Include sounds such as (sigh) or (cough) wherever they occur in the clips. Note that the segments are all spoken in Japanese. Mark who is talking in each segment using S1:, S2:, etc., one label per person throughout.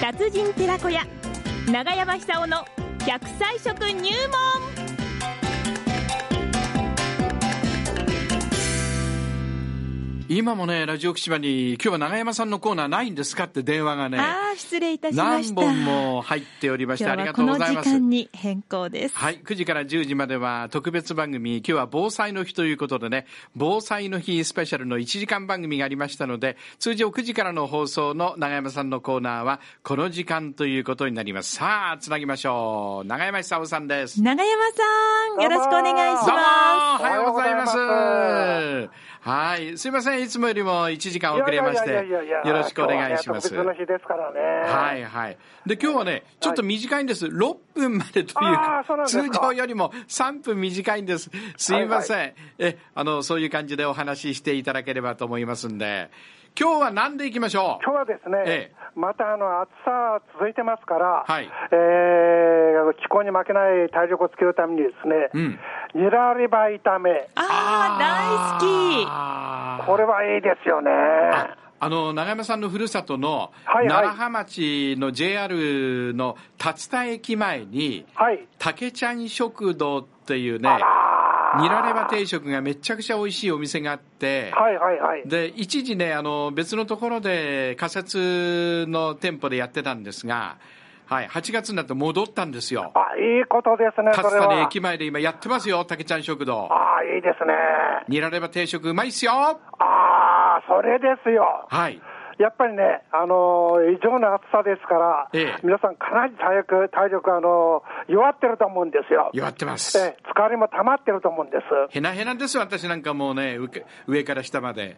S1: 達人寺子屋長山久夫の100歳食入門
S2: 今もねラジオ口島に今日は長山さんのコーナーないんですかって電話がね
S1: ああ失礼いたしま
S2: 何
S1: した
S2: 本も入っておりましてあ
S1: 今日
S2: りが
S1: はこ
S2: とう
S1: の
S2: ござい
S1: 時
S2: ます
S1: 間に変更です
S2: はい。9時から10時までは特別番組、今日は防災の日ということでね、防災の日スペシャルの1時間番組がありましたので、通常9時からの放送の永山さんのコーナーは、この時間ということになります。さあ、つなぎましょう。永山久夫さんです。ど
S1: 長山さんよろしくお願いし
S2: うもお
S1: ま
S2: はようございます
S3: おはようござい。
S2: はい。すいません。いつもよりも1時間遅れまして、
S3: いやいやいやや
S2: よろしくお願いします。
S3: 今日はね特別の日ですからね。
S2: はいはい。で、今日はね、ちょっと短いんです。6分までという
S3: あーそうなんです
S2: 通
S3: か
S2: 常よりも3分短いんです。すいません。え、あの、そういう感じでお話ししていただければと思いますんで。今日は何でいきましょう
S3: 今日はです
S2: え
S3: ね、またあの暑さ続いてますから、
S2: はい
S3: えー気候に負けない体力をつけるためにですね、
S2: うん
S3: ニラリバ炒め、
S1: すああ大好き
S2: 好
S3: これはいいですよね。
S2: ああの永山さんのふるさとの
S3: はいはい
S2: 楢葉町の JR の竜田駅前に、
S3: はい。
S2: 竹ちゃん食堂っていうね
S3: あ、ら
S2: ニラレバ定食がめちゃくちゃ美味しいお店があって、
S3: はいはいはい。
S2: で一時ねあの、別のところで仮設の店舗でやってたんですが、はい、8月になって戻ったんですよ、
S3: あ、いいことですね、そ
S2: 勝
S3: れ
S2: 田の
S3: は。
S2: 駅前で今やってますよ、竹ちゃん食堂、
S3: ああ、いいですね。
S2: ニラレバ定食うまいっすよ、
S3: ああ、それですよ。
S2: はい、
S3: やっぱりね、あのー異常な暑さですから、
S2: ええ
S3: 皆さん、かなり体力、体力あのー弱ってると思うんですよ。
S2: 弱ってます。
S3: ええ疲れも溜まってると思うんです。
S2: へなへなですよ、私なんかもうね、うけ上から下ま
S3: (laughs)
S2: で。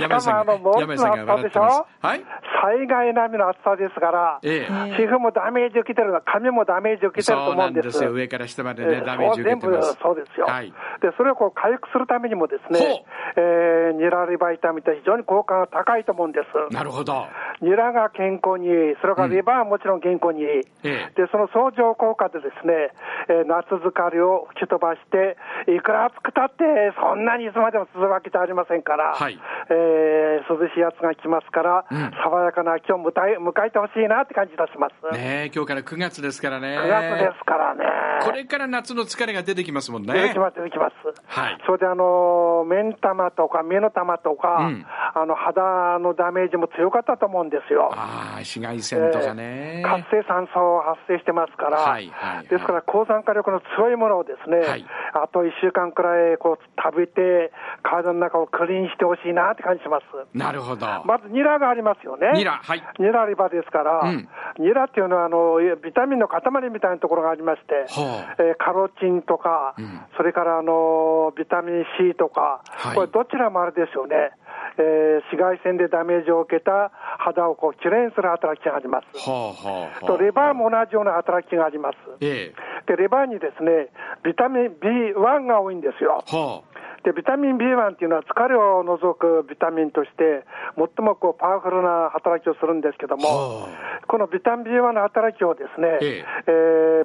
S2: 山井
S3: しか
S2: さん
S3: も
S2: が
S3: あの、も、う
S2: 山井
S3: 一
S2: さ
S3: の
S2: んが笑っ
S3: 暑さでして
S2: ます
S3: ょ。、
S2: はい、
S3: 災害並みの暑さですから、
S2: ええ、
S3: 皮膚もダメージ受けてるの、髪もダメージ受けてると
S2: そう
S3: 思
S2: な
S3: うんんで。
S2: ですすよ、上から下まで
S3: え
S2: ね、
S3: え
S2: ダメージ受けてます。
S3: そう全部そうですよ、
S2: はい、
S3: でそれをこう回復するためにも、です
S2: ほう
S3: ね、えー、ニラリバイタミンって非常に効果が高いと思うんです。
S2: なるほど。
S3: ニラが健康にいい、それからリバーはもちろん健康にいい、
S2: ええ
S3: でその相乗効果で、ですね、えー夏疲れを吹き飛ばして、いくら暑くたって、そんなにいつまでも続くわけじゃありませんから、
S2: はい
S3: えー涼しいやつが来ますから、
S2: ん
S3: 爽やかな秋を迎え迎えてほしいなって感じがします。
S2: ねえ今日から9月ですからね。
S3: 9月ですからね。
S2: これから夏の疲れが出てきますもんね。
S3: 出てきます、出てきます。
S2: はい
S3: それで、あの、目ん玉とか目の玉とか、
S2: うん
S3: あの、肌のダメージも強かったと思うんですよ。
S2: ああ、紫外線とかね。
S3: 活性酸素発生してますから、
S2: はいはいはい
S3: ですから抗酸化力の強いものをですね、
S2: はい
S3: あと1週間くらいこう食べて、体の中をクリーンしてほしいなって感じします。
S2: なるほど。
S3: まずニラがありますよね。
S2: ニラはい
S3: ニラリバですから、
S2: うん
S3: ニラっていうのはあのビタミンの塊みたいなところがありまして、
S2: ほう
S3: えーカロチンとか、
S2: うん
S3: それからあのビタミン C とか、
S2: はい
S3: これどちらもあれですよね、えー紫外線でダメージを受けた肌をこうきれいにする働きがあります。
S2: ほうほうほ
S3: と
S2: う。
S3: レバーも同じような働きがあります。
S2: ええ。
S3: で、レバーにですね、ビタミン B1 が多いんですよ。
S2: ほう。
S3: で、ビタミン B1 っていうのは疲れを除くビタミンとして、最もこうパワフルな働きをするんですけども、
S2: ほ
S3: このビタミン B1 の働きをですね、
S2: ええ
S3: え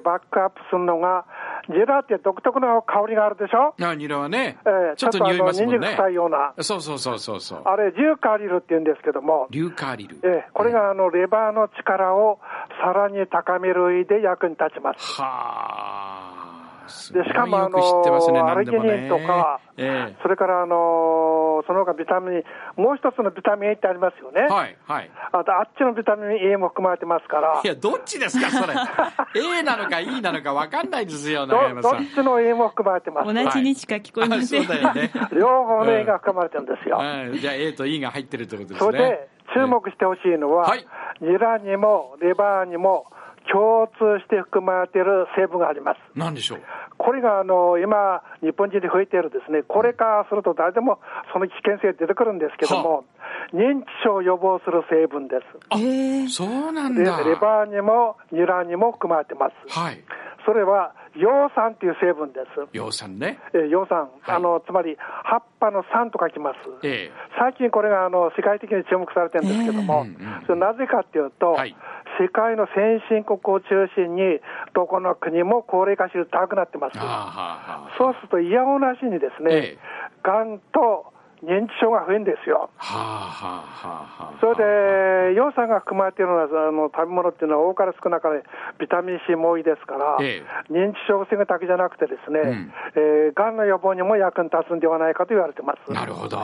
S3: ーバックアップするのが、ジェラーって独特の香りがあるでしょ
S2: う。あ、ニラはね、
S3: ええ
S2: ちょっと匂いますもん
S3: ちょっとあのニンニ
S2: ね
S3: ク。臭いような
S2: そうそうそうそうそう。
S3: あれ、ジューカリルって言うんですけども、
S2: 硫化リル。
S3: ええこれがあのレバーの力をさらに高める上で役に立ちます。
S2: はあ。すご
S3: で
S2: い
S3: しかも、あ
S2: よ
S3: の
S2: く知ってますね、
S3: ア
S2: 何
S3: ル
S2: で
S3: ギ
S2: も
S3: ニ
S2: ね
S3: ンとか、。
S2: え
S3: それから、あのーその他ビタミン、もう一つのビタミン A ってありますよね。
S2: え。はいはい。
S3: あと、あっちのビタミン A も含まれてますから
S2: い、や、どっちですか、
S3: (laughs)
S2: それ。A なのか E なのか分かんないですよ、
S3: ど
S2: 中山
S3: ど
S2: さ
S3: っ
S2: ん。
S3: ちの A も含まれ
S2: (laughs)
S3: てます。
S1: 同じにしか聞こえま
S2: あ
S1: せん、
S2: そうだよ
S3: (laughs)
S2: ね。
S3: 両方の A が含まれてるんですよ。
S2: うんじゃあ A と E が入ってるってことです
S3: そ
S2: ね。
S3: れで、注目してほしいのは、
S2: はい
S3: ニラにもレバーにも共通して含まれている成分があります。
S2: え。なんでしょう。
S3: これがあの今、日本人で増えているですね、これからすると誰でもその危険性出てくるんですけど
S2: は
S3: も、認知症を予防する成分です。
S2: あ、
S1: ええ
S2: そうなん
S3: でレ
S2: だ。
S3: バーにもニラにも含まれてます。
S2: はい。
S3: それは、葉酸っていう成分です。
S2: 葉酸ね。
S3: えー葉酸、
S2: はい
S3: あのつまり葉っぱの酸と書きます。
S2: え
S3: 最近これがあの世界的に注目されてるんですけども、
S2: ええうんうん
S3: それなぜかっていうと、
S2: はい
S3: 世界の先進国を中心に、どこの国も高齢化指数高くなってます
S2: え。。はあはあはあ。
S3: そうすると、いやおうなしにですね、
S2: え
S3: がんと認知症が増えるんですよ。
S2: はあはあはあはあ
S3: それで、ヨウ酸が含まれているのはあの食べ物っていうのは多から少なからビタミン C も多いですから、
S2: ええ
S3: 認知症を防ぐだけじゃなくてですね、
S2: うん
S3: えーがんの予防にも役に立つんではないかと言われてます。
S2: なるほど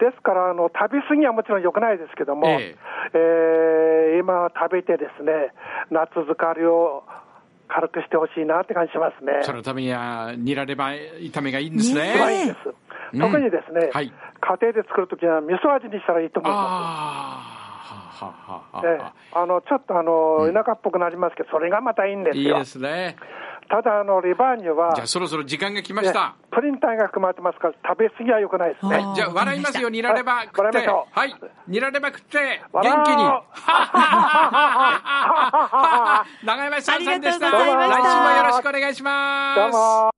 S3: ですからあの、食べ過ぎはもちろん良くないですけども、
S2: え
S3: えー今は食べてですね、夏疲れを軽くしてほしいなって感じしますね。
S2: そのためには煮られば炒めがいいんですね
S4: ねえ
S3: はいいいです
S2: うん
S3: 特にですね、
S2: はい
S3: 家庭で作るときは味噌味にしたらいいと思
S2: あ
S3: います。
S2: あはあはあ
S3: え
S2: はあ
S3: えあのちょっとあの田舎っぽくなりますけど、それがまたいいんです
S2: いい
S3: よ。
S2: ですね
S3: ただあの、リバーニュは
S2: じゃあ、そろそろ時間が来ま
S3: ね
S2: した、
S3: プリン体が含まれてますから、食べ過ぎは良くないです
S4: あ
S3: ね
S4: ー。
S2: じゃあ笑いますよ、煮られば食っ
S3: 笑い
S2: て
S3: ましょう
S2: はい煮られば食って元気
S3: 笑おう
S2: に長山久夫さんでした
S4: ありがとうございました
S2: 来週もよろしくお願いします
S3: どうもー